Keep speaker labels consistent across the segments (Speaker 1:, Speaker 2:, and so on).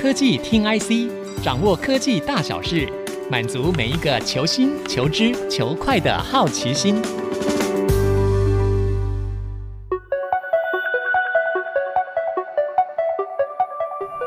Speaker 1: 科技听 IC，掌握科技大小事，满足每一个求新、求知、求快的好奇心。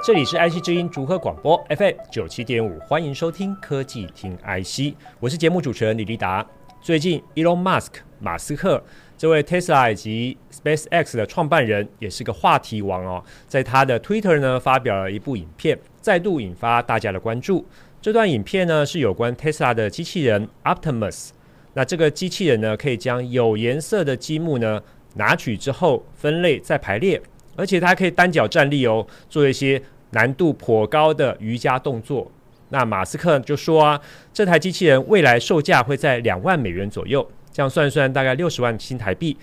Speaker 2: 这里是 IC 之音竹科广播 FM 九七点五，欢迎收听科技听 IC，我是节目主持人李立达。最近，Elon Musk 马斯克这位 Tesla 以及 SpaceX 的创办人，也是个话题王哦，在他的 Twitter 呢发表了一部影片，再度引发大家的关注。这段影片呢是有关 Tesla 的机器人 Optimus。那这个机器人呢，可以将有颜色的积木呢拿取之后分类再排列，而且它可以单脚站立哦，做一些难度颇高的瑜伽动作。那马斯克就说啊，这台机器人未来售价会在两万美元左右，这样算一算大概六十万新台币。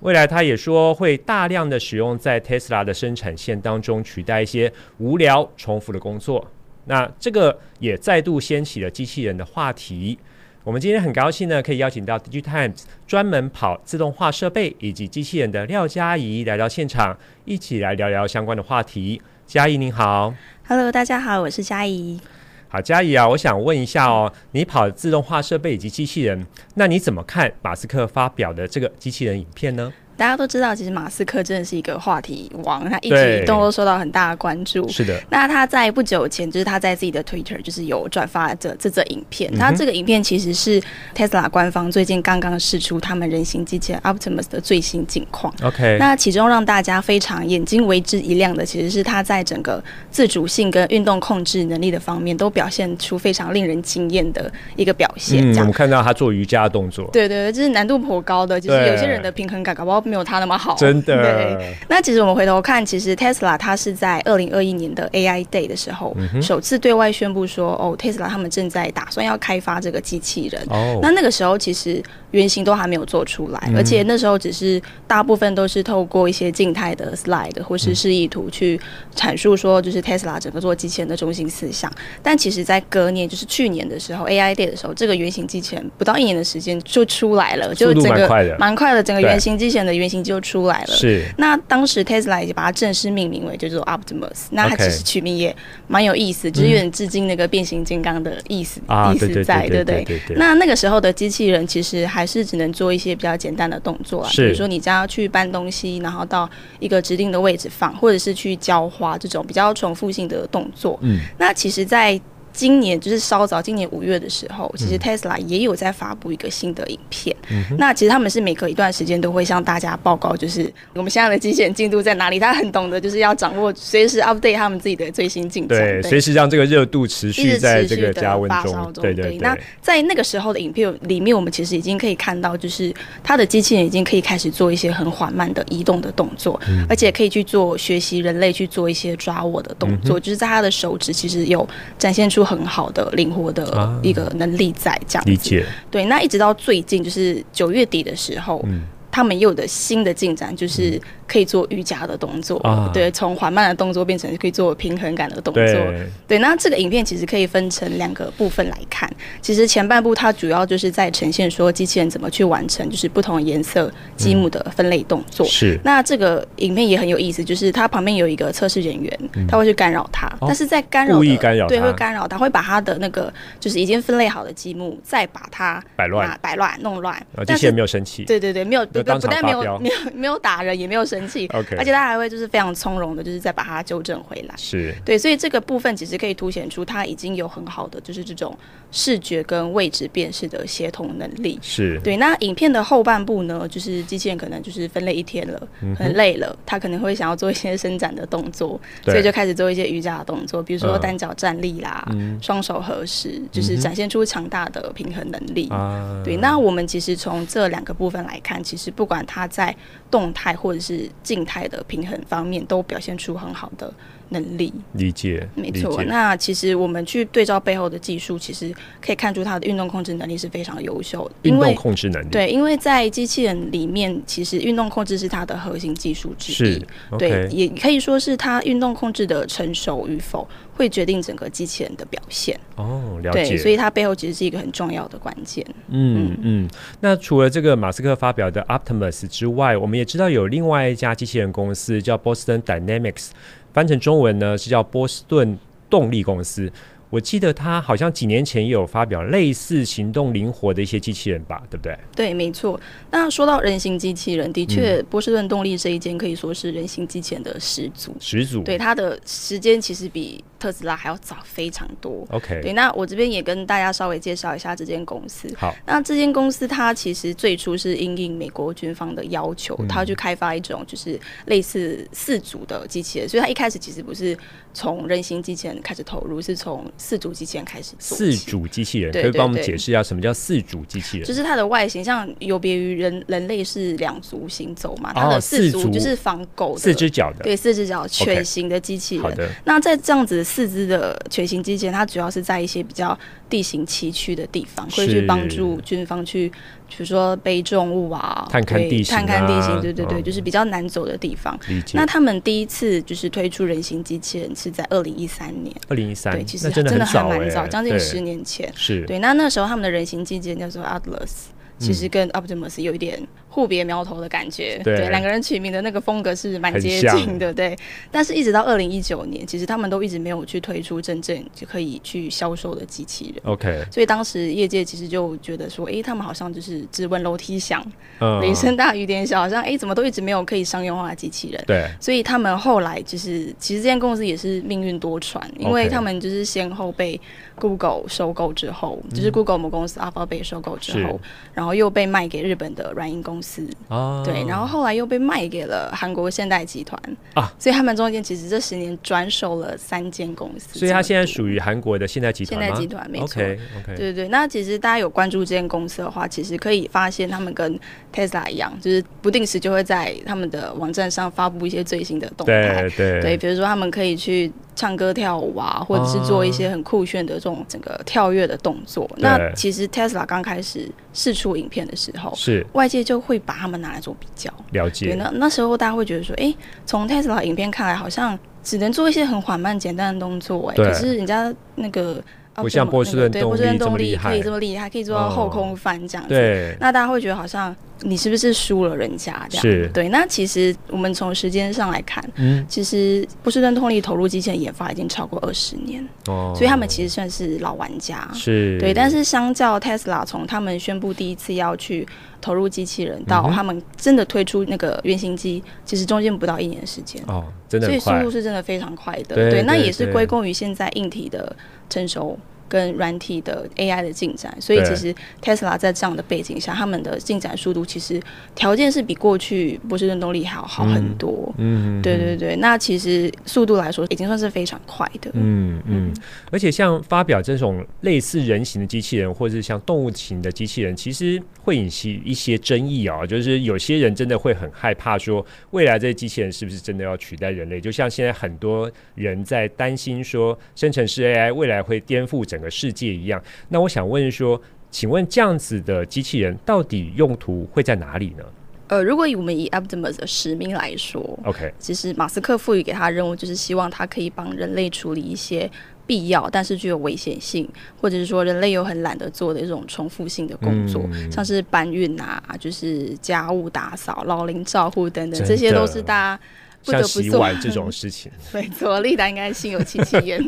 Speaker 2: 未来他也说会大量的使用在 Tesla 的生产线当中，取代一些无聊重复的工作。那这个也再度掀起了机器人的话题。我们今天很高兴呢，可以邀请到 DigiTimes 专门跑自动化设备以及机器人的廖嘉怡来到现场，一起来聊聊相关的话题。嘉怡您好，
Speaker 3: Hello，大家好，我是佳怡。
Speaker 2: 好嘉怡啊，我想问一下哦，你跑自动化设备以及机器人，那你怎么看马斯克发表的这个机器人影片呢？
Speaker 3: 大家都知道，其实马斯克真的是一个话题王，他一
Speaker 2: 对
Speaker 3: 举一动都受到很大的关注。
Speaker 2: 是的，
Speaker 3: 那他在不久前，就是他在自己的 Twitter 就是有转发这这则影片。
Speaker 2: 嗯哼
Speaker 3: 他这个影片其实是 Tesla 官方最近刚刚试出他们人形机器人 Optimus 的最新近况。
Speaker 2: OK，
Speaker 3: 那其中让大家非常眼睛为之一亮的，其实是它在整个自主性跟运动控制能力的方面，都表现出非常令人惊艳的一个表现。
Speaker 2: 嗯，
Speaker 3: 这
Speaker 2: 我
Speaker 3: 样
Speaker 2: 们看到他做瑜伽的动作，
Speaker 3: 对对对，就是难度颇高的，就是
Speaker 2: 对
Speaker 3: 有些人的平衡感搞不好没有他那么好。
Speaker 2: 真
Speaker 3: 对。
Speaker 2: 的，
Speaker 3: 那其实我们回头看，其实 Tesla 它是在二零二一年的 AI Day 的时候，
Speaker 2: 嗯哼
Speaker 3: 首次对外宣布说，哦，Tesla 他们正在打算要开发这个机器人。
Speaker 2: 哦
Speaker 3: 那，那个时候其实原型都还没有做出来，
Speaker 2: 嗯
Speaker 3: 而且那时候只是大部分都是透过一些静态的 slide 或
Speaker 2: 嗯
Speaker 3: 是示意图去阐述说，就是 Tesla 整个做机器人的中心思想。但其实，在隔年，就是去年的时候，AI Day 的时候，这个原型机器人不到一年的时间就出来了，就
Speaker 2: 速度
Speaker 3: 整
Speaker 2: 蛮
Speaker 3: 个
Speaker 2: 快的，
Speaker 3: 蛮快的，整个
Speaker 2: 对
Speaker 3: 原型机器人的原型就出来了。
Speaker 2: 是，
Speaker 3: 那当时 Tesla 已经把它正式命名为叫做 Optimus，那它
Speaker 2: OK
Speaker 3: 其实取名也蛮有意思，就是有点致敬那个变形金刚的意思、
Speaker 2: 啊，
Speaker 3: 意
Speaker 2: 对对
Speaker 3: 思在，
Speaker 2: 对
Speaker 3: 不对？
Speaker 2: 对对，
Speaker 3: 那那个时候的机器人其实还是只能做一些比较简单的动作啊，
Speaker 2: 是
Speaker 3: 比如说你将要去搬东西，然后到一个指定的位置放，或者是去浇花这种比较重复性的动作。
Speaker 2: 嗯，
Speaker 3: 那其实，在今年就是稍早，今年五月的时
Speaker 2: 嗯
Speaker 3: 候，其实 Tesla 也有在发布一个新的影片。那其实他们是每隔一段时间都会向大家报告，就是我们现在的机器人进度在哪里。他很懂得，就是要掌握随时 update 他们自己的最新进展。
Speaker 2: 对，随时让这个热度持
Speaker 3: 一
Speaker 2: 续
Speaker 3: 直
Speaker 2: 在
Speaker 3: 持
Speaker 2: 这
Speaker 3: 续
Speaker 2: 个
Speaker 3: 地
Speaker 2: 加温
Speaker 3: 发烧
Speaker 2: 中，
Speaker 3: 中
Speaker 2: 对对
Speaker 3: 对那在那个时候的影片里面，我们其实已经可以看到，就是它的机器人已经可以开始做一些很缓慢的移动的动作，
Speaker 2: 嗯
Speaker 3: 而且可以去做学习人类去做一些抓握的动
Speaker 2: 嗯
Speaker 3: 作，就是在它的手指其实有展现出很好的灵活
Speaker 2: 啊
Speaker 3: 的一个能力在这样子。
Speaker 2: 理解，
Speaker 3: 对，那一直到最近就是九月底的时候，
Speaker 2: 嗯
Speaker 3: 他们又有的新的进展，就是可以做瑜伽的动作，
Speaker 2: 啊
Speaker 3: 对，从缓慢的动作变成可以做平衡感的动作，
Speaker 2: 对，
Speaker 3: 对，那这个影片其实可以分成两个部分来看。其实前半部它主要就是在呈现说机器人怎么去完成就是不同颜色积木的分类动作。
Speaker 2: 嗯是，
Speaker 3: 那这个影片也很有意思，就是它旁边有一个测试人员，他会去干扰他，但是在干扰
Speaker 2: 嗯
Speaker 3: 的
Speaker 2: 哦故意干扰
Speaker 3: 对，
Speaker 2: 他
Speaker 3: 会干扰他，会把他的那个就是已经分类好的积木，再把它
Speaker 2: 摆乱
Speaker 3: 拿摆乱弄乱
Speaker 2: 然后。哦机
Speaker 3: 但
Speaker 2: 器人
Speaker 3: 是
Speaker 2: 没有生气，
Speaker 3: 对对对，没有
Speaker 2: 就
Speaker 3: 不
Speaker 2: 当
Speaker 3: 不
Speaker 2: 场
Speaker 3: 但
Speaker 2: 发
Speaker 3: 没有
Speaker 2: 飙
Speaker 3: 没有没有打人，也没有生气
Speaker 2: OK
Speaker 3: 而且他还会就是非常从容的，就是再把它纠正回来。
Speaker 2: 是，
Speaker 3: 对，所以这个部分其实可以凸显出它已经有很好的就是这种视觉跟位置辨识的协同能力。
Speaker 2: 是，
Speaker 3: 对，那影片的后半部呢，就是机器人可能就是分类一天了，
Speaker 2: 嗯
Speaker 3: 很累了，它可能会想要做一些伸展的动作，
Speaker 2: 对
Speaker 3: 所以就开始做一些瑜伽的动作，比如说
Speaker 2: 嗯
Speaker 3: 单脚站立啦，双手合十，就是展现出强大的平衡能力。
Speaker 2: 啊，
Speaker 3: 对，那我们其实从这两个部分来看，其实不管它在动态或者是静态的平衡方面，都表现出很好的能力。
Speaker 2: 理解，
Speaker 3: 没
Speaker 2: 理
Speaker 3: 错，
Speaker 2: 解
Speaker 3: 那其实我们去对照背后的技术，其实可以看出它的运动控制能力是非常优秀的，因
Speaker 2: 运动
Speaker 3: 为
Speaker 2: 控制能力，
Speaker 3: 对，因为在机器人里面，其实运动控制是它的核心技术之一
Speaker 2: 是。
Speaker 3: 对，
Speaker 2: ，OK，
Speaker 3: 也可以说是它运动控制的成熟与否，会决定整个机器人的表现。
Speaker 2: 哦，了
Speaker 3: 对，所
Speaker 2: 解，
Speaker 3: 以它背后其实是一个很重要的关键。
Speaker 2: 嗯嗯。那除了这个马斯克发表的 Optimus 之外，我们也知道有另外一家机器人公司叫 Boston Dynamics，翻成中文呢是叫波士顿动力公司。我记得他好像几年前也有发表类似行动灵活的一些机器人吧，对不对？
Speaker 3: 对，没错。那说到人形机器人，的
Speaker 2: 嗯
Speaker 3: 确，波士顿动力这一间可以说是人形机器人的始祖。
Speaker 2: 始祖
Speaker 3: 对，它的时间其实比特斯拉还要早非常多。对，
Speaker 2: ，OK，
Speaker 3: 那我这边也跟大家稍微介绍一下这间公司。
Speaker 2: 好，
Speaker 3: 那这间公司它其实最初是因应美国军方的要求，
Speaker 2: 嗯
Speaker 3: 它去开发一种就是类似四足的机器人，所以它一开始其实不是从人形机器人开始投入，是从四足机器人开始做
Speaker 2: 四
Speaker 3: 起
Speaker 2: 主机器人，
Speaker 3: 对
Speaker 2: 可以
Speaker 3: 对
Speaker 2: 帮我们
Speaker 3: 对
Speaker 2: 解释一下什么叫四主机器人？
Speaker 3: 就是它的外形像有别于人人类是两足行走嘛，它
Speaker 2: 哦
Speaker 3: 的四
Speaker 2: 四
Speaker 3: 足
Speaker 2: 足
Speaker 3: 就是仿狗的
Speaker 2: 四只脚的。
Speaker 3: 对四只脚犬型的机器人。
Speaker 2: 好的，
Speaker 3: 那在这样子四肢的全形机器人，它主要是在一些比较地形崎岖的地方，会去
Speaker 2: 是
Speaker 3: 帮助军方去，比如说背重物啊，
Speaker 2: 探勘
Speaker 3: 对
Speaker 2: 地形啊
Speaker 3: 探勘地形，对对对，
Speaker 2: 嗯
Speaker 3: 就是比较难走的地方。
Speaker 2: 理解
Speaker 3: 那。他们第一次就是推出人形机器人是在二零一三年，
Speaker 2: 二零一三，
Speaker 3: 对，其实
Speaker 2: 那真的很
Speaker 3: 还
Speaker 2: 早
Speaker 3: 蛮
Speaker 2: 哎，
Speaker 3: 早，将近
Speaker 2: 对
Speaker 3: 十年前。
Speaker 2: 是，
Speaker 3: 对，那那时候他们的人形机器人叫做 Atlas，其实跟 Optimus 有一点互别苗头的感觉。
Speaker 2: 嗯对
Speaker 3: 两个人取名的那个风格是蛮
Speaker 2: 很
Speaker 3: 接
Speaker 2: 像
Speaker 3: 近的，对。但是，一直到二零一九年，其实他们都一直没有去推出真正就可以去销售的机器人。
Speaker 2: OK，
Speaker 3: 所以当时业界其实就觉得说，诶，他们好像就是只闻楼梯响，
Speaker 2: 嗯，
Speaker 3: 雷声大雨点小，好像诶，怎么都一直没有可以商用化的机器人。
Speaker 2: 对，
Speaker 3: 所以他们后来就是，其实这间公司也是命运多舛，因为
Speaker 2: OK
Speaker 3: 他们就是先后被 Google 收购之后，就是 Google 母公司 Alpha 被收购之后
Speaker 2: 嗯是，
Speaker 3: 然后又被卖给日本的软银公司，
Speaker 2: 啊，
Speaker 3: 对，然后后来又被卖给了韩国现代集团
Speaker 2: 啊，
Speaker 3: 所以他们中间其实这十年转手了三间公司，
Speaker 2: 所以它现在
Speaker 3: 这么多
Speaker 2: 属于韩国的现代集团
Speaker 3: 现
Speaker 2: 吗，
Speaker 3: 代集团，没错。
Speaker 2: OK OK，
Speaker 3: 对对对，那其实大家有关注这间公司的话，其实可以发现他们跟 Tesla 一样，就是不定时就会在他们的网站上发布一些最新的动态。
Speaker 2: 对对
Speaker 3: 对，比如说他们可以去唱歌跳舞啊，或者是做一些很酷炫的这种整个跳跃的动作。那其实 Tesla 刚开始试出影片的时候，
Speaker 2: 是
Speaker 3: 外界就会把他们拿来做比较。
Speaker 2: 了
Speaker 3: 对，
Speaker 2: 解，
Speaker 3: 那那时候大家会觉得说，诶，从 Tesla 影片看来，好像只能做一些很缓慢、简单的动作、诶，
Speaker 2: 对
Speaker 3: 可是人家那个哦
Speaker 2: 不像波士顿
Speaker 3: 对波士顿
Speaker 2: 动
Speaker 3: 动
Speaker 2: 力这么厉
Speaker 3: 力
Speaker 2: 害哦
Speaker 3: 可以这么厉害，可以做到后空翻这样子。
Speaker 2: 对
Speaker 3: 那大家会觉得好像你是不是输了人家这样？
Speaker 2: 是
Speaker 3: 对。那其实我们从时间上来看，
Speaker 2: 嗯
Speaker 3: 其实波士顿动力投入机器人研发已经超过二十年，
Speaker 2: 哦，
Speaker 3: 所以他们其实算是老玩家。
Speaker 2: 是
Speaker 3: 对，但是相较 Tesla 从他们宣布第一次要去投入机器人，
Speaker 2: 嗯
Speaker 3: 到
Speaker 2: 哼
Speaker 3: 他们真的推出那个原型机，其实中间不到一年的时间，
Speaker 2: 哦，真的
Speaker 3: 所以
Speaker 2: 很
Speaker 3: 速
Speaker 2: 快
Speaker 3: 度，是真的非常快的。
Speaker 2: 对
Speaker 3: 那
Speaker 2: 对
Speaker 3: 也是
Speaker 2: 对
Speaker 3: 归功于现在硬体的成熟。跟软体的 AI 的进展，所以
Speaker 2: 对
Speaker 3: 其实 Tesla 在这样的背景下，他们的进展速度其实条件是比过去波士顿动力还要好很多。
Speaker 2: 嗯，
Speaker 3: 对对对，那其实速度来说已经算是非常快的。
Speaker 2: 嗯嗯，而且像发表这种类似人形的机器人，或者是像动物型的机器人，其实会引起一些争议啊、就是有些人真的会很害怕，说未来这些机器人是不是真的要取代人类？就像现在很多人在担心说，生成式 AI 未来会颠覆整个世界一样。那我想问说，请问这样子的机器人到底用途会在哪里呢
Speaker 3: 呃，如果以我们以 Optimus 的使命来说，
Speaker 2: ？OK，
Speaker 3: 其实马斯克赋予给他的任务，就是希望他可以帮人类处理一些必要但是具有危险性，或者是说人类又很懒得做的一种重复性的工作，
Speaker 2: 嗯
Speaker 3: 像是搬运啊，就是家务打扫、老龄照护等等，
Speaker 2: 真的
Speaker 3: 这些都是大家。不
Speaker 2: 像
Speaker 3: 得不
Speaker 2: 洗
Speaker 3: 做，
Speaker 2: 碗这种事 情，
Speaker 3: 没错，丽达应该心有戚戚 焉。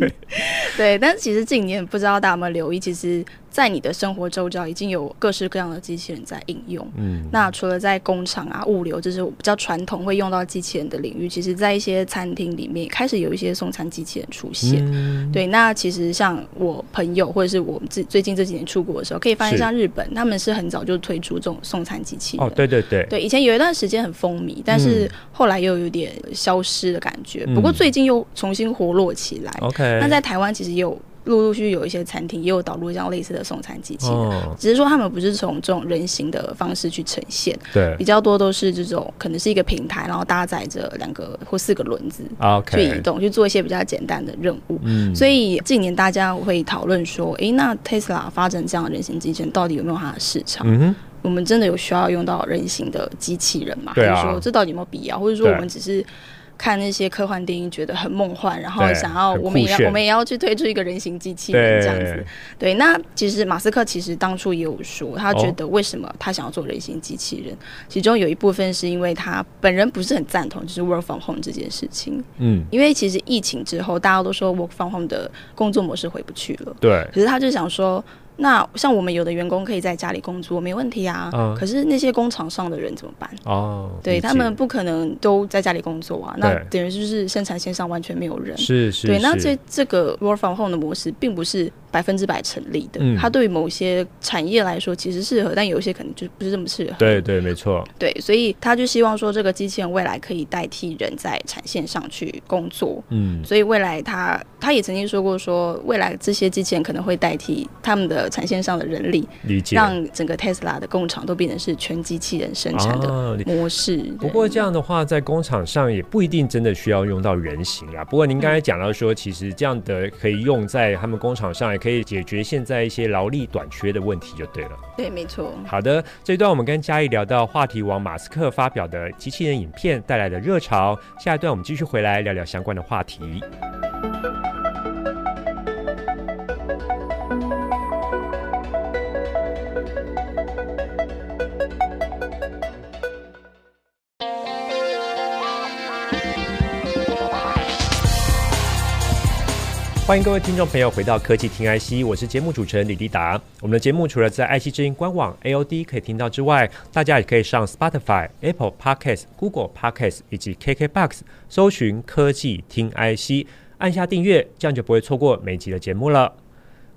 Speaker 3: 对，但是其实近年不知道大家有没有留意，其实，在你的生活周遭已经有各式各样的机器人在应用。
Speaker 2: 嗯，
Speaker 3: 那除了在工厂啊、物流，就是比较传统会用到机器人的领域，其实在一些餐厅里面也开始有一些送餐机器人出现。
Speaker 2: 嗯
Speaker 3: 对，那其实像我朋友或者是我们自最近这几年出国的时候，可以发
Speaker 2: 是
Speaker 3: 现像日本，他们是很早就推出这种送餐机器人。
Speaker 2: 哦，对对对，
Speaker 3: 对，以前有一段时间很风靡，但是
Speaker 2: 嗯
Speaker 3: 后来又有点消失的感觉。
Speaker 2: 嗯哦哎
Speaker 3: 不过最近又重新活络起来。
Speaker 2: ，OK，
Speaker 3: 那在台湾其实也有陆陆续续有一些餐厅也有导入这样类似的送餐机器人，
Speaker 2: 哦，
Speaker 3: 只是说他们不是从这种人形的方式去呈现，
Speaker 2: 对
Speaker 3: 比较多都是这种可能是一个平台，然后搭载着两个或四个轮子
Speaker 2: 啊，OK，
Speaker 3: 去移动，去做一些比较简单的任务。
Speaker 2: 嗯，
Speaker 3: 所以近年大家会讨论说，诶，那 Tesla 发展这样的人形机器人到底有没有它的市场？
Speaker 2: 嗯哼，
Speaker 3: 我们真的有需要用到人形的机器人吗？
Speaker 2: 对啊
Speaker 3: 还是说这到底有没有必要？或者说
Speaker 2: 对
Speaker 3: 我们只是看那些科幻电影觉得很梦幻，然后
Speaker 2: 对
Speaker 3: 想要
Speaker 2: 很
Speaker 3: 我们也
Speaker 2: 酷炫
Speaker 3: 要我们也要去推出一个人形机器人这样子。对，那其实马斯克其实当初也有说，他觉得为什么他想要做人形机器人，其中有一部分是因为他本人不是很赞同就是 work from home 这件事情，
Speaker 2: 嗯，
Speaker 3: 因为其实疫情之后大家都说 work from home 的工作模式回不去了。
Speaker 2: 对，
Speaker 3: 可是他就想说，那像我们有的员工可以在家里工作，没问题啊。
Speaker 2: 嗯
Speaker 3: 可是那些工厂上的人怎么办？
Speaker 2: 哦，
Speaker 3: 对
Speaker 2: 理解
Speaker 3: 他们不可能都在家里工作啊，那
Speaker 2: 对
Speaker 3: 等于就是生产线上完全没有人。
Speaker 2: 是是，
Speaker 3: 对，那
Speaker 2: 是
Speaker 3: 这这个 work from home 的模式并不是百分之百成立的，
Speaker 2: 嗯
Speaker 3: 它对于某些产业来说其实适合，但有一些可能就不是这么适合。
Speaker 2: 对对没错，
Speaker 3: 对，所以他就希望说这个机器人未来可以代替人在产线上去工作。
Speaker 2: 嗯，
Speaker 3: 所以未来他他也曾经说过说，未来这些机器人可能会代替他们的产线上的人力，
Speaker 2: 理解。
Speaker 3: 让整个 Tesla 的工厂都变成是全机器人生产的
Speaker 2: 啊理
Speaker 3: 模式。
Speaker 2: 不过这样的话，在工厂上也不一定真的需要用到人形啊。不过您刚
Speaker 3: 嗯
Speaker 2: 才讲到说，其实这样的可以用在他们工厂上，也可以解决现在一些劳力短缺的问题，就对了。
Speaker 3: 对，对没错。
Speaker 2: 好的，这一段我们跟嘉义聊到话题王马斯克发表的机器人影片带来的热潮，下一段我们继续回来聊聊相关的话题。欢迎各位听众朋友回到科技听 IC，我是节目主持人李立达。我们的节目除了在爱 c 之音官网 AOD 可以听到之外，大家也可以上 Spotify、Apple Podcast、Google Podcast 以及 KKBox 搜寻科技听 IC，按下订阅，这样就不会错过每集的节目了。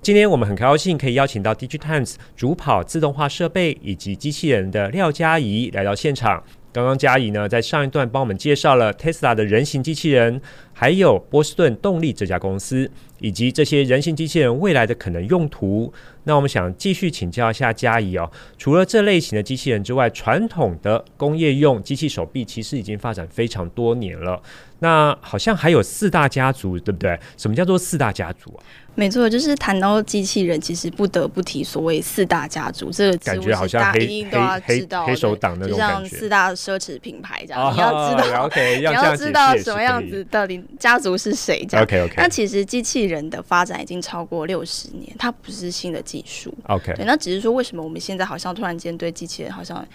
Speaker 2: 今天我们很高兴可以邀请到 DigiTimes 主跑自动化设备以及机器人的廖嘉怡来到现场。刚刚嘉怡呢，在上一段帮我们介绍了 Tesla 的人形机器人，还有波士顿动力这家公司，以及这些人形机器人未来的可能用途。那我们想继续请教一下嘉怡哦，除了这类型的机器人之外，传统的工业用机器手臂其实已经发展非常多年了。那好像还有四大家族，对不对？什么叫做四大家族啊？
Speaker 3: 没错，就是谈到机器人，其实不得不提所谓四大家族，这个几
Speaker 2: 感
Speaker 3: 乎
Speaker 2: 觉好
Speaker 3: 是
Speaker 2: 像
Speaker 3: 大家
Speaker 2: 黑
Speaker 3: 一定都要
Speaker 2: 黑
Speaker 3: 知道
Speaker 2: 黑
Speaker 3: 的
Speaker 2: 手党那
Speaker 3: 就
Speaker 2: 种感
Speaker 3: 像
Speaker 2: 觉
Speaker 3: 四大奢侈品牌这样，你要知 道，
Speaker 2: ，OK，
Speaker 3: 啊你
Speaker 2: 要这样
Speaker 3: 要知道
Speaker 2: 解释也是
Speaker 3: 什么样
Speaker 2: 可以
Speaker 3: 子到底家族是谁这样。
Speaker 2: OK OK，
Speaker 3: 那其实机器人的发展已经超过六十年，它不是新的技术。对，
Speaker 2: OK，
Speaker 3: 那只是说为什么我们现在好像突然间对机器人好像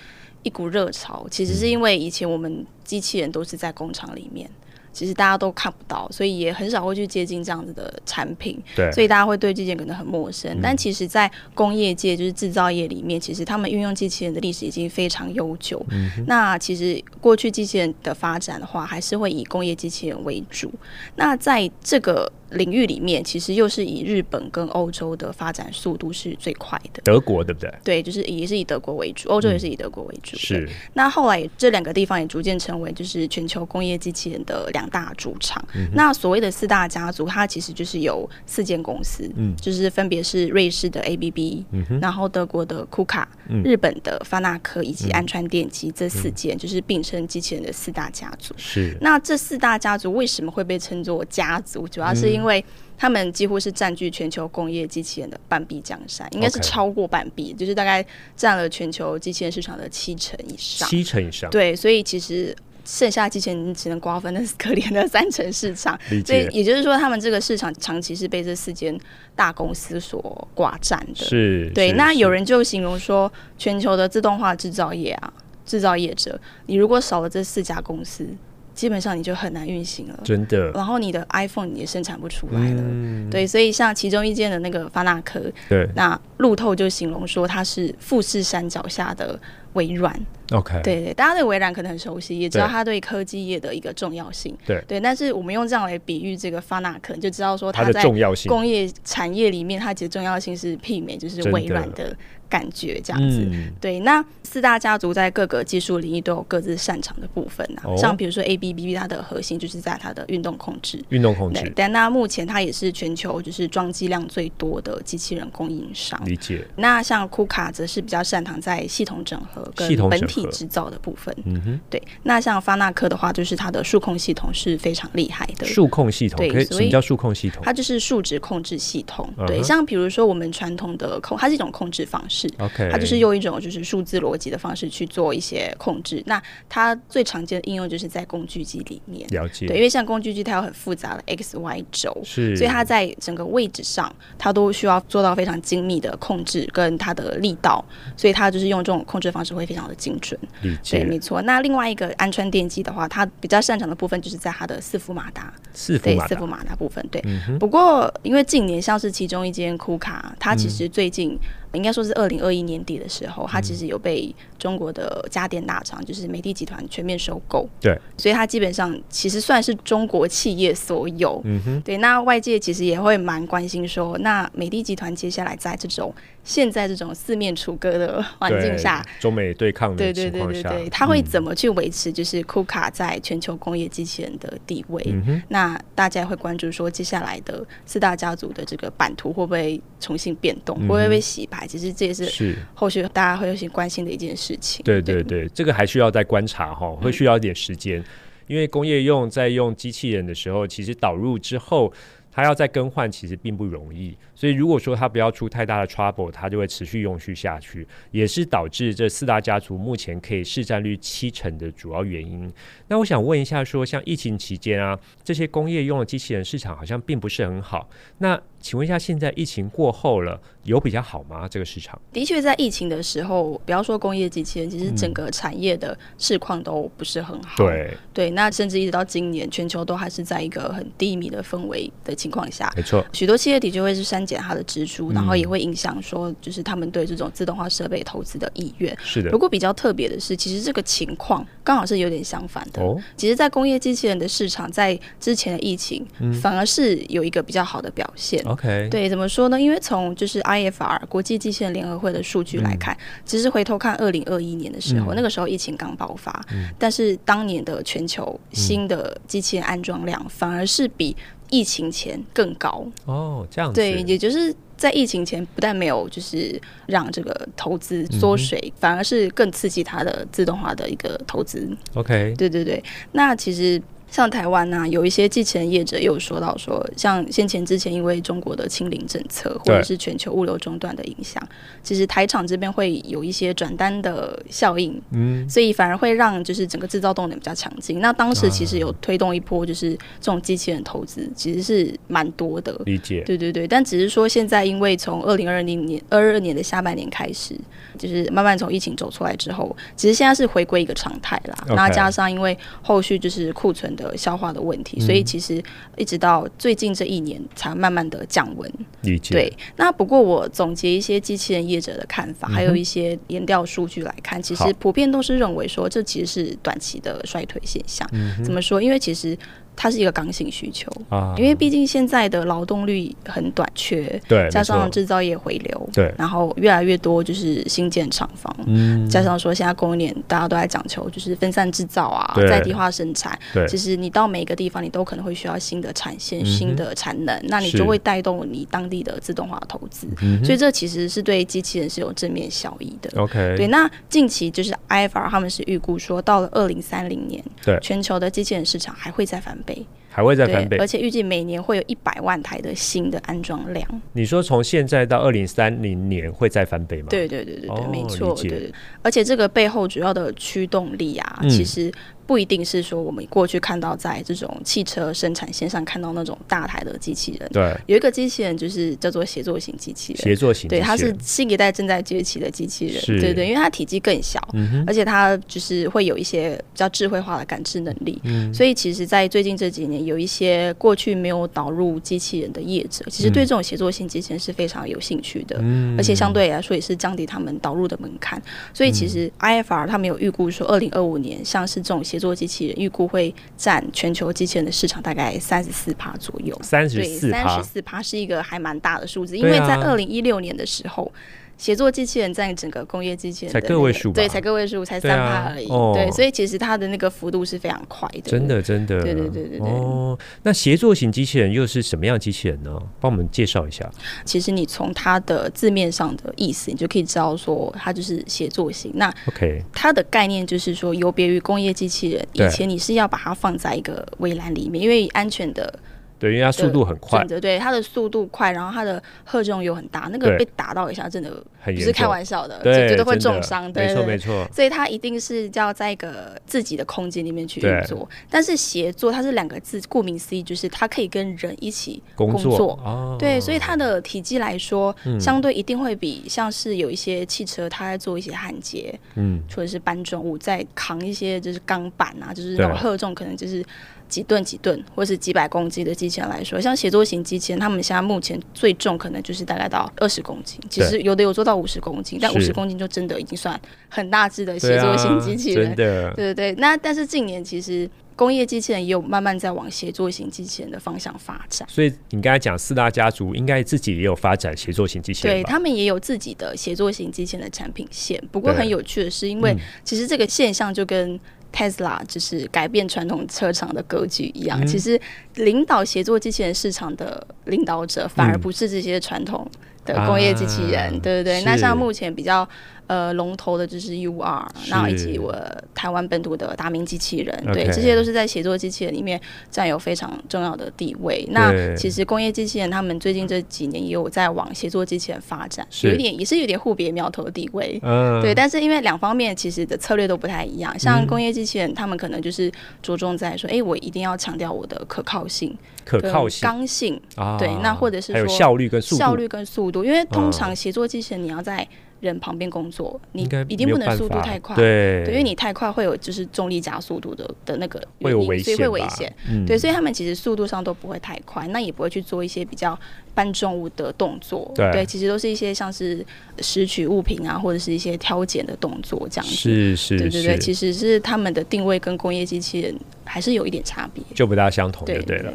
Speaker 3: 一股热潮，其实是因为以前我们机器人都是在工厂里面。其实大家都看不到，所以也很少会去接近这样子的产品，
Speaker 2: 对，
Speaker 3: 所以大家会对机器人可能很陌生。但其实，在工业界，就是制造业里面，其实他们运用机器人的历史已经非常悠久。那其实过去机器人的发展的话，还是会以工业机器人为主。那在这个领域里面，其实又是以日本跟欧洲的发展速度是最快的。
Speaker 2: 德国对不对？
Speaker 3: 对，就是也是以德国为主，欧洲也是以德国为主。对
Speaker 2: 嗯是，
Speaker 3: 那后来这两个地方也逐渐成为就是全球工业机器人的两大主场。
Speaker 2: 嗯
Speaker 3: 那所谓的四大家族，它其实就是有四间公司，
Speaker 2: 嗯
Speaker 3: 就是分别是瑞士的 ABB，、然后德国的库卡、
Speaker 2: 嗯
Speaker 3: 日本的发那科以及安川电机这四间，就是并称机器人的四大家族。
Speaker 2: 是，
Speaker 3: 那这四大家族为什么会被称作家族？主要是
Speaker 2: 嗯
Speaker 3: 因为他们几乎是占据全球工业机器人的半壁江山，应该是
Speaker 2: OK
Speaker 3: 超过半壁，就是大概占了全球机器人市场的七成以上。
Speaker 2: 七成以上，
Speaker 3: 对，所以其实剩下机器人你只能瓜分那可怜的三成市场。
Speaker 2: 理
Speaker 3: 所以
Speaker 2: 解
Speaker 3: 也就是说，他们这个市场长期是被这四间大公司所寡占的。
Speaker 2: 是，
Speaker 3: 对，
Speaker 2: 是
Speaker 3: 那
Speaker 2: 是
Speaker 3: 有人就形容说，全球的自动化制造业啊，制造业者，你如果少了这四家公司，基本上你就很难运行了。
Speaker 2: 真的，
Speaker 3: 然后你的 iPhone 也生产不出来了。
Speaker 2: 嗯，
Speaker 3: 对，所以像其中一件的那个发那科，
Speaker 2: 对
Speaker 3: 那路透就形容说它是富士山脚下的微软。
Speaker 2: ，OK，
Speaker 3: 对对，大家对微软可能很熟悉，也知道
Speaker 2: 对
Speaker 3: 它对科技业的一个重要性。
Speaker 2: 对
Speaker 3: 对，但是我们用这样来比喻这个发那克，你就知道说
Speaker 2: 它
Speaker 3: 它
Speaker 2: 的
Speaker 3: 在
Speaker 2: 重要性，
Speaker 3: 工业产业里面，它其实重要性是媲美就是
Speaker 2: 真的
Speaker 3: 微软的感觉这样子。
Speaker 2: 嗯，
Speaker 3: 对，那四大家族在各个技术领域都有各自擅长的部分啊，
Speaker 2: 哦
Speaker 3: 像比如说 ABB，它的核心就是在它的运动控制。
Speaker 2: 运动控
Speaker 3: 对
Speaker 2: 制，，
Speaker 3: 但那目前它也是全球就是装机量最多的机器人供应商。
Speaker 2: 理解，
Speaker 3: 那像库卡则是比较擅长在系统整合，合跟
Speaker 2: 系统整合
Speaker 3: 本体制造的部分。
Speaker 2: 嗯哼，
Speaker 3: 对，那像发那科的话，就是它的数控系统是非常厉害的。
Speaker 2: 数控系统
Speaker 3: 对
Speaker 2: 可以，
Speaker 3: 所
Speaker 2: 什
Speaker 3: 以
Speaker 2: 么叫数控系统
Speaker 3: 它就是数值控制系统，
Speaker 2: 哦嗯
Speaker 3: 对，
Speaker 2: 哼
Speaker 3: 像比如说我们传统的控，它是一种控制方式，
Speaker 2: ？OK，
Speaker 3: 它就是用一种就是数字逻辑的方式去做一些控制。那它最常见的应用就是在工具机里面，
Speaker 2: 了解，
Speaker 3: 对，因为像工具机它有很复杂的 X、Y 轴，
Speaker 2: 是，
Speaker 3: 所以它在整个位置上，它都需要做到非常精密的控制跟它的力道，所以它就是用这种控制方式会非常的精准。
Speaker 2: 理
Speaker 3: 对，
Speaker 2: 解
Speaker 3: 没错。那另外一个安川电机的话，它比较擅长的部分就是在它的四伏马达，
Speaker 2: 四伏
Speaker 3: 对
Speaker 2: 马
Speaker 3: 四
Speaker 2: 达
Speaker 3: 伏马达部分。对，
Speaker 2: 嗯
Speaker 3: 不过因为近年像是其中一间库卡，它其
Speaker 2: 嗯
Speaker 3: 实最近、应该说是二零二一年底的时候，它其实有被中国的家电大厂就是美的集团全面收购。
Speaker 2: 对，
Speaker 3: 所以它基本上其实算是中国企业所有。
Speaker 2: 嗯哼，
Speaker 3: 对，那外界其实也会蛮关心说，那美的集团接下来在这种现在这种四面楚歌的环境
Speaker 2: 对
Speaker 3: 下，，
Speaker 2: 中美对抗
Speaker 3: 对
Speaker 2: 的
Speaker 3: 对
Speaker 2: 情
Speaker 3: 对
Speaker 2: 况
Speaker 3: 对
Speaker 2: 下，
Speaker 3: 对，它会怎么去维持就是库卡在全球工业机器人的地位？
Speaker 2: 嗯哼，
Speaker 3: 那大家会关注说，接下来的四大家族的这个版图会不会重新变动，会不会被洗牌？其实这也是
Speaker 2: 嗯是。
Speaker 3: 后续大家会有些关心的一件事情。
Speaker 2: 对对嗯对，这个还需要再观察哈，会需要一点时间，因为工业用在用机器人的时候，其实导入之后。它要再更换其实并不容易，所以如果说它不要出太大的 trouble，它就会持续用续下去，也是导致这四大家族目前可以市占率七成的主要原因。那我想问一下说像疫情期间啊，这些工业用的机器人市场好像并不是很好。那请问一下，现在疫情过后了，有比较好吗？这个市场？
Speaker 3: 的确，在疫情的时候，不要说工业机器人，其实整个产业的市况都不是很好。
Speaker 2: 嗯对，
Speaker 3: 对，那甚至一直到今年，全球都还是在一个很低迷的氛围的情况下，
Speaker 2: 没错，
Speaker 3: 许多企业的确会是删减它的支
Speaker 2: 嗯
Speaker 3: 出，然后也会影响说，就是他们对这种自动化设备投资的意愿。
Speaker 2: 是的
Speaker 3: 不。过比较特别的是，其实这个情况刚好是有点相反的。
Speaker 2: 哦，
Speaker 3: 其实，在工业机器人的市场，在之前的疫情、反而是有一个比较好的表现。
Speaker 2: OK，
Speaker 3: 对，怎么说呢？因为从就是 IFR 国际机器人联合会的数据来看，其实回头看二零二一年的时候，那个时候疫情刚爆发，但是当年的全球新的机器人安装量反而是比疫情前更高。
Speaker 2: 哦，这样子，
Speaker 3: 对，也就是在疫情前，不但没有就是让这个投
Speaker 2: 嗯
Speaker 3: 资缩水，反而是更刺激它的自动化的一个投资。
Speaker 2: OK，
Speaker 3: 对对对，那其实。像台湾呢、有一些继承业者也有说到说，像先前之前因为中国的清零政策或
Speaker 2: 对
Speaker 3: 者是全球物流中断的影响，其实台厂这边会有一些转单的效应，
Speaker 2: 嗯，
Speaker 3: 所以反而会让就是整个制造动能比较强劲。那当时其
Speaker 2: 啊
Speaker 3: 实有推动一波就是这种机器人投资，其实是蛮多的。
Speaker 2: 理解，
Speaker 3: 对对对，但只是说现在因为从二零二零年二二年的下半年开始，就是慢慢从疫情走出来之后，其实现在是回归一个常态啦。
Speaker 2: OK
Speaker 3: 那加上因为后续就是库存的消化的问题，
Speaker 2: 嗯
Speaker 3: 所以其实一直到最近这一年才慢慢的降温。
Speaker 2: 理解，
Speaker 3: 对，那不过我总结一些机器人业者的看法，还有一些研调数据来看，其
Speaker 2: 嗯好
Speaker 3: 实普遍都是认为说这其实是短期的衰退现象。
Speaker 2: 嗯
Speaker 3: 怎么说？因为其实它是一个刚性需求。
Speaker 2: 啊，
Speaker 3: 因为毕竟现在的劳动力很短缺，
Speaker 2: 对，
Speaker 3: 加
Speaker 2: 没
Speaker 3: 上
Speaker 2: 错
Speaker 3: 制造业回流，
Speaker 2: 对
Speaker 3: 然后越来越多就是新建厂房，
Speaker 2: 嗯，
Speaker 3: 加上说现在供应链大家都在讲求就是分散制造啊
Speaker 2: 对，
Speaker 3: 在地化生产，
Speaker 2: 对，嗯
Speaker 3: 其实你到每个地方你都可能会需要新的产线、新的产能，那你
Speaker 2: 是嗯
Speaker 3: 就会带动你当地的自动化投资，所以这其实是对机器人是有正面效益的。
Speaker 2: OK，
Speaker 3: 对，那近期就是 IFR 他们是预估说，到了二零三零年，
Speaker 2: 对
Speaker 3: 全球的机器人市场还会再翻倍。
Speaker 2: 还会再
Speaker 3: 对
Speaker 2: 翻，倍
Speaker 3: 而。且预计每年会有一百万台的新的安装量。
Speaker 2: 你说从现在到二零三零年会再翻倍吗？
Speaker 3: 对对对对对，
Speaker 2: 哦
Speaker 3: 没错，
Speaker 2: 理解
Speaker 3: 对对。而且这个背后主要的驱动力啊，
Speaker 2: 嗯
Speaker 3: 其实不一定是说我们过去看到在这种汽车生产线上看到那种大台的机器人。
Speaker 2: 对，
Speaker 3: 有一个机器人就是叫做协作型机器人。
Speaker 2: 协作型
Speaker 3: 对，
Speaker 2: 机
Speaker 3: 它
Speaker 2: 器
Speaker 3: 是
Speaker 2: 人
Speaker 3: 新一代正在崛起的机器人，
Speaker 2: 是
Speaker 3: 对对，因为它体积更小，而且它就是会有一些比较智慧化的感知能力，所以其实，在最近这几年，有一些过去没有导入机器人的业者，其实对这种协作性机器人是非常有兴趣的，而且相对来说也是降低他们导入的门槛，所以其实 IFR 他们有预估说，二零二五年像是这种协作机器人，预估会占全球机器人的市场大概三十四趴左右，
Speaker 2: 三十
Speaker 3: 对，
Speaker 2: 四
Speaker 3: 三
Speaker 2: 趴
Speaker 3: 十，四趴是一个还蛮大的数字，因
Speaker 2: 对
Speaker 3: 为
Speaker 2: 啊
Speaker 3: 在二零一六年的时候。协作机器人占整个工业机器人的
Speaker 2: 才
Speaker 3: 那个、
Speaker 2: 个位数吧
Speaker 3: 对，才个位数，才
Speaker 2: 对
Speaker 3: 三
Speaker 2: 啊
Speaker 3: 趴而已、
Speaker 2: 哦
Speaker 3: 对，所以其实它的那个幅度是非常快的。
Speaker 2: 真的，真的，
Speaker 3: 对对对对对
Speaker 2: 哦，那协作型机器人又是什么样的机器人呢？帮我们介绍一下。
Speaker 3: 其实你从它的字面上的意思，你就可以知道说它就是协作型。那
Speaker 2: OK，
Speaker 3: 它的概念就是说，有别于工业机器人，
Speaker 2: 对
Speaker 3: 以前你是要把它放在一个围栏里面，因为安全的
Speaker 2: 对，因为它速度很快
Speaker 3: 准，则，对它的速度快，然后它的荷重又很大，那个
Speaker 2: 对
Speaker 3: 被打到一下真的
Speaker 2: 很
Speaker 3: 不
Speaker 2: 严
Speaker 3: 是
Speaker 2: 重，
Speaker 3: 开玩笑的，
Speaker 2: 对，
Speaker 3: 绝对会
Speaker 2: 真的
Speaker 3: 重伤。
Speaker 2: 没
Speaker 3: 对
Speaker 2: 错
Speaker 3: 对
Speaker 2: 没
Speaker 3: 对。
Speaker 2: 错，
Speaker 3: 所以它一定是要在一个自己的空间里面去
Speaker 2: 对
Speaker 3: 运作，但是协作它是两个字，顾名思义就是它可以跟人一起
Speaker 2: 工
Speaker 3: 工作
Speaker 2: 哦，嗯
Speaker 3: 对，所以它的体积来说，相对一定会比像是有一些汽车，它在做一些焊接
Speaker 2: 嗯，
Speaker 3: 或者是搬重物，在扛一些就是钢板啊，就是那
Speaker 2: 对
Speaker 3: 种荷重，可能就是几吨几吨或是几百公斤的机器人来说，像协作型机器人，他们现在目前最重可能就是大概到二十公斤，其实有的有做到五十公斤，但
Speaker 2: 是
Speaker 3: 五十公斤就真的已经算很大只的
Speaker 2: 对
Speaker 3: 协作型
Speaker 2: 啊
Speaker 3: 机器人
Speaker 2: 真。的，
Speaker 3: 对对对，那但是近年其实工业机器人也有慢慢在往协作型机器人的方向发展。
Speaker 2: 所以你刚才讲四大家族，应该自己也有发展协作型机器人
Speaker 3: 对
Speaker 2: 吧？
Speaker 3: 他们也有自己的协作型机器人的产品线。不过
Speaker 2: 对嗯
Speaker 3: 很有趣的是，因为其实这个现象就跟 Tesla 就是改变传统车厂的格局一样，
Speaker 2: 嗯
Speaker 3: 其实领导协作机器人市场的领导者反而
Speaker 2: 嗯
Speaker 3: 不是这些传统的工业机器人，
Speaker 2: 啊
Speaker 3: 对对对。那
Speaker 2: 是
Speaker 3: 像目前比较呃龙头的就是 UR，
Speaker 2: 是
Speaker 3: 然后以及我台湾本土的达明机器人，对
Speaker 2: OK
Speaker 3: 这些都是在协作机器人里面占有非常重要的地位。那
Speaker 2: 对
Speaker 3: 其实工业机器人他们最近这几年也有在往协作机器人发展，
Speaker 2: 是
Speaker 3: 有一点也是有点互别苗头的地位。
Speaker 2: 嗯，
Speaker 3: 对，但是因为两方面其实的策略都不太一样，像工业机器人，他们可能就是着重在说，哎、我一定要强调我的可靠性、
Speaker 2: 可靠性
Speaker 3: 跟刚性、
Speaker 2: 啊
Speaker 3: 对那或者是
Speaker 2: 还有
Speaker 3: 说
Speaker 2: 效率跟速度，
Speaker 3: 效率跟速度，因为通
Speaker 2: 嗯
Speaker 3: 常协作机器人你要在人旁边工作，你
Speaker 2: 应该
Speaker 3: 一定
Speaker 2: 没有
Speaker 3: 不能
Speaker 2: 办
Speaker 3: 速度
Speaker 2: 法
Speaker 3: 太快，
Speaker 2: 对，
Speaker 3: 对，因为你太快会有就是重力加速度的的那个
Speaker 2: 会
Speaker 3: 原
Speaker 2: 有
Speaker 3: 因
Speaker 2: 危
Speaker 3: 所以
Speaker 2: 险吧，
Speaker 3: 会危险。
Speaker 2: 嗯，
Speaker 3: 对，所以他们其实速度上都不会太快，那也不会去做一些比较搬重物的动作。
Speaker 2: 对
Speaker 3: 其实都是一些像是拾取物品啊，或者是一些挑拣的动作这样子。
Speaker 2: 嗯是是
Speaker 3: 对对对，
Speaker 2: 是，
Speaker 3: 其实是他们的定位跟工业机器人还是有一点差别。
Speaker 2: 就不大相同，
Speaker 3: 对嗯
Speaker 2: 就对了。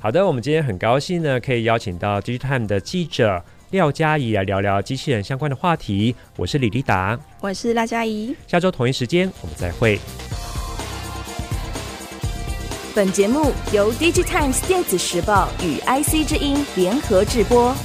Speaker 2: 好的，我们今天很高兴呢，可以邀请到 Digitime 的记者廖嘉怡来聊聊机器人相关的话题。我是李丽达，
Speaker 3: 我是赖佳怡。
Speaker 2: 下周同一时间我们再会。
Speaker 4: 本节目由《DigiTimes 电子时报》与 IC 之音联合制播，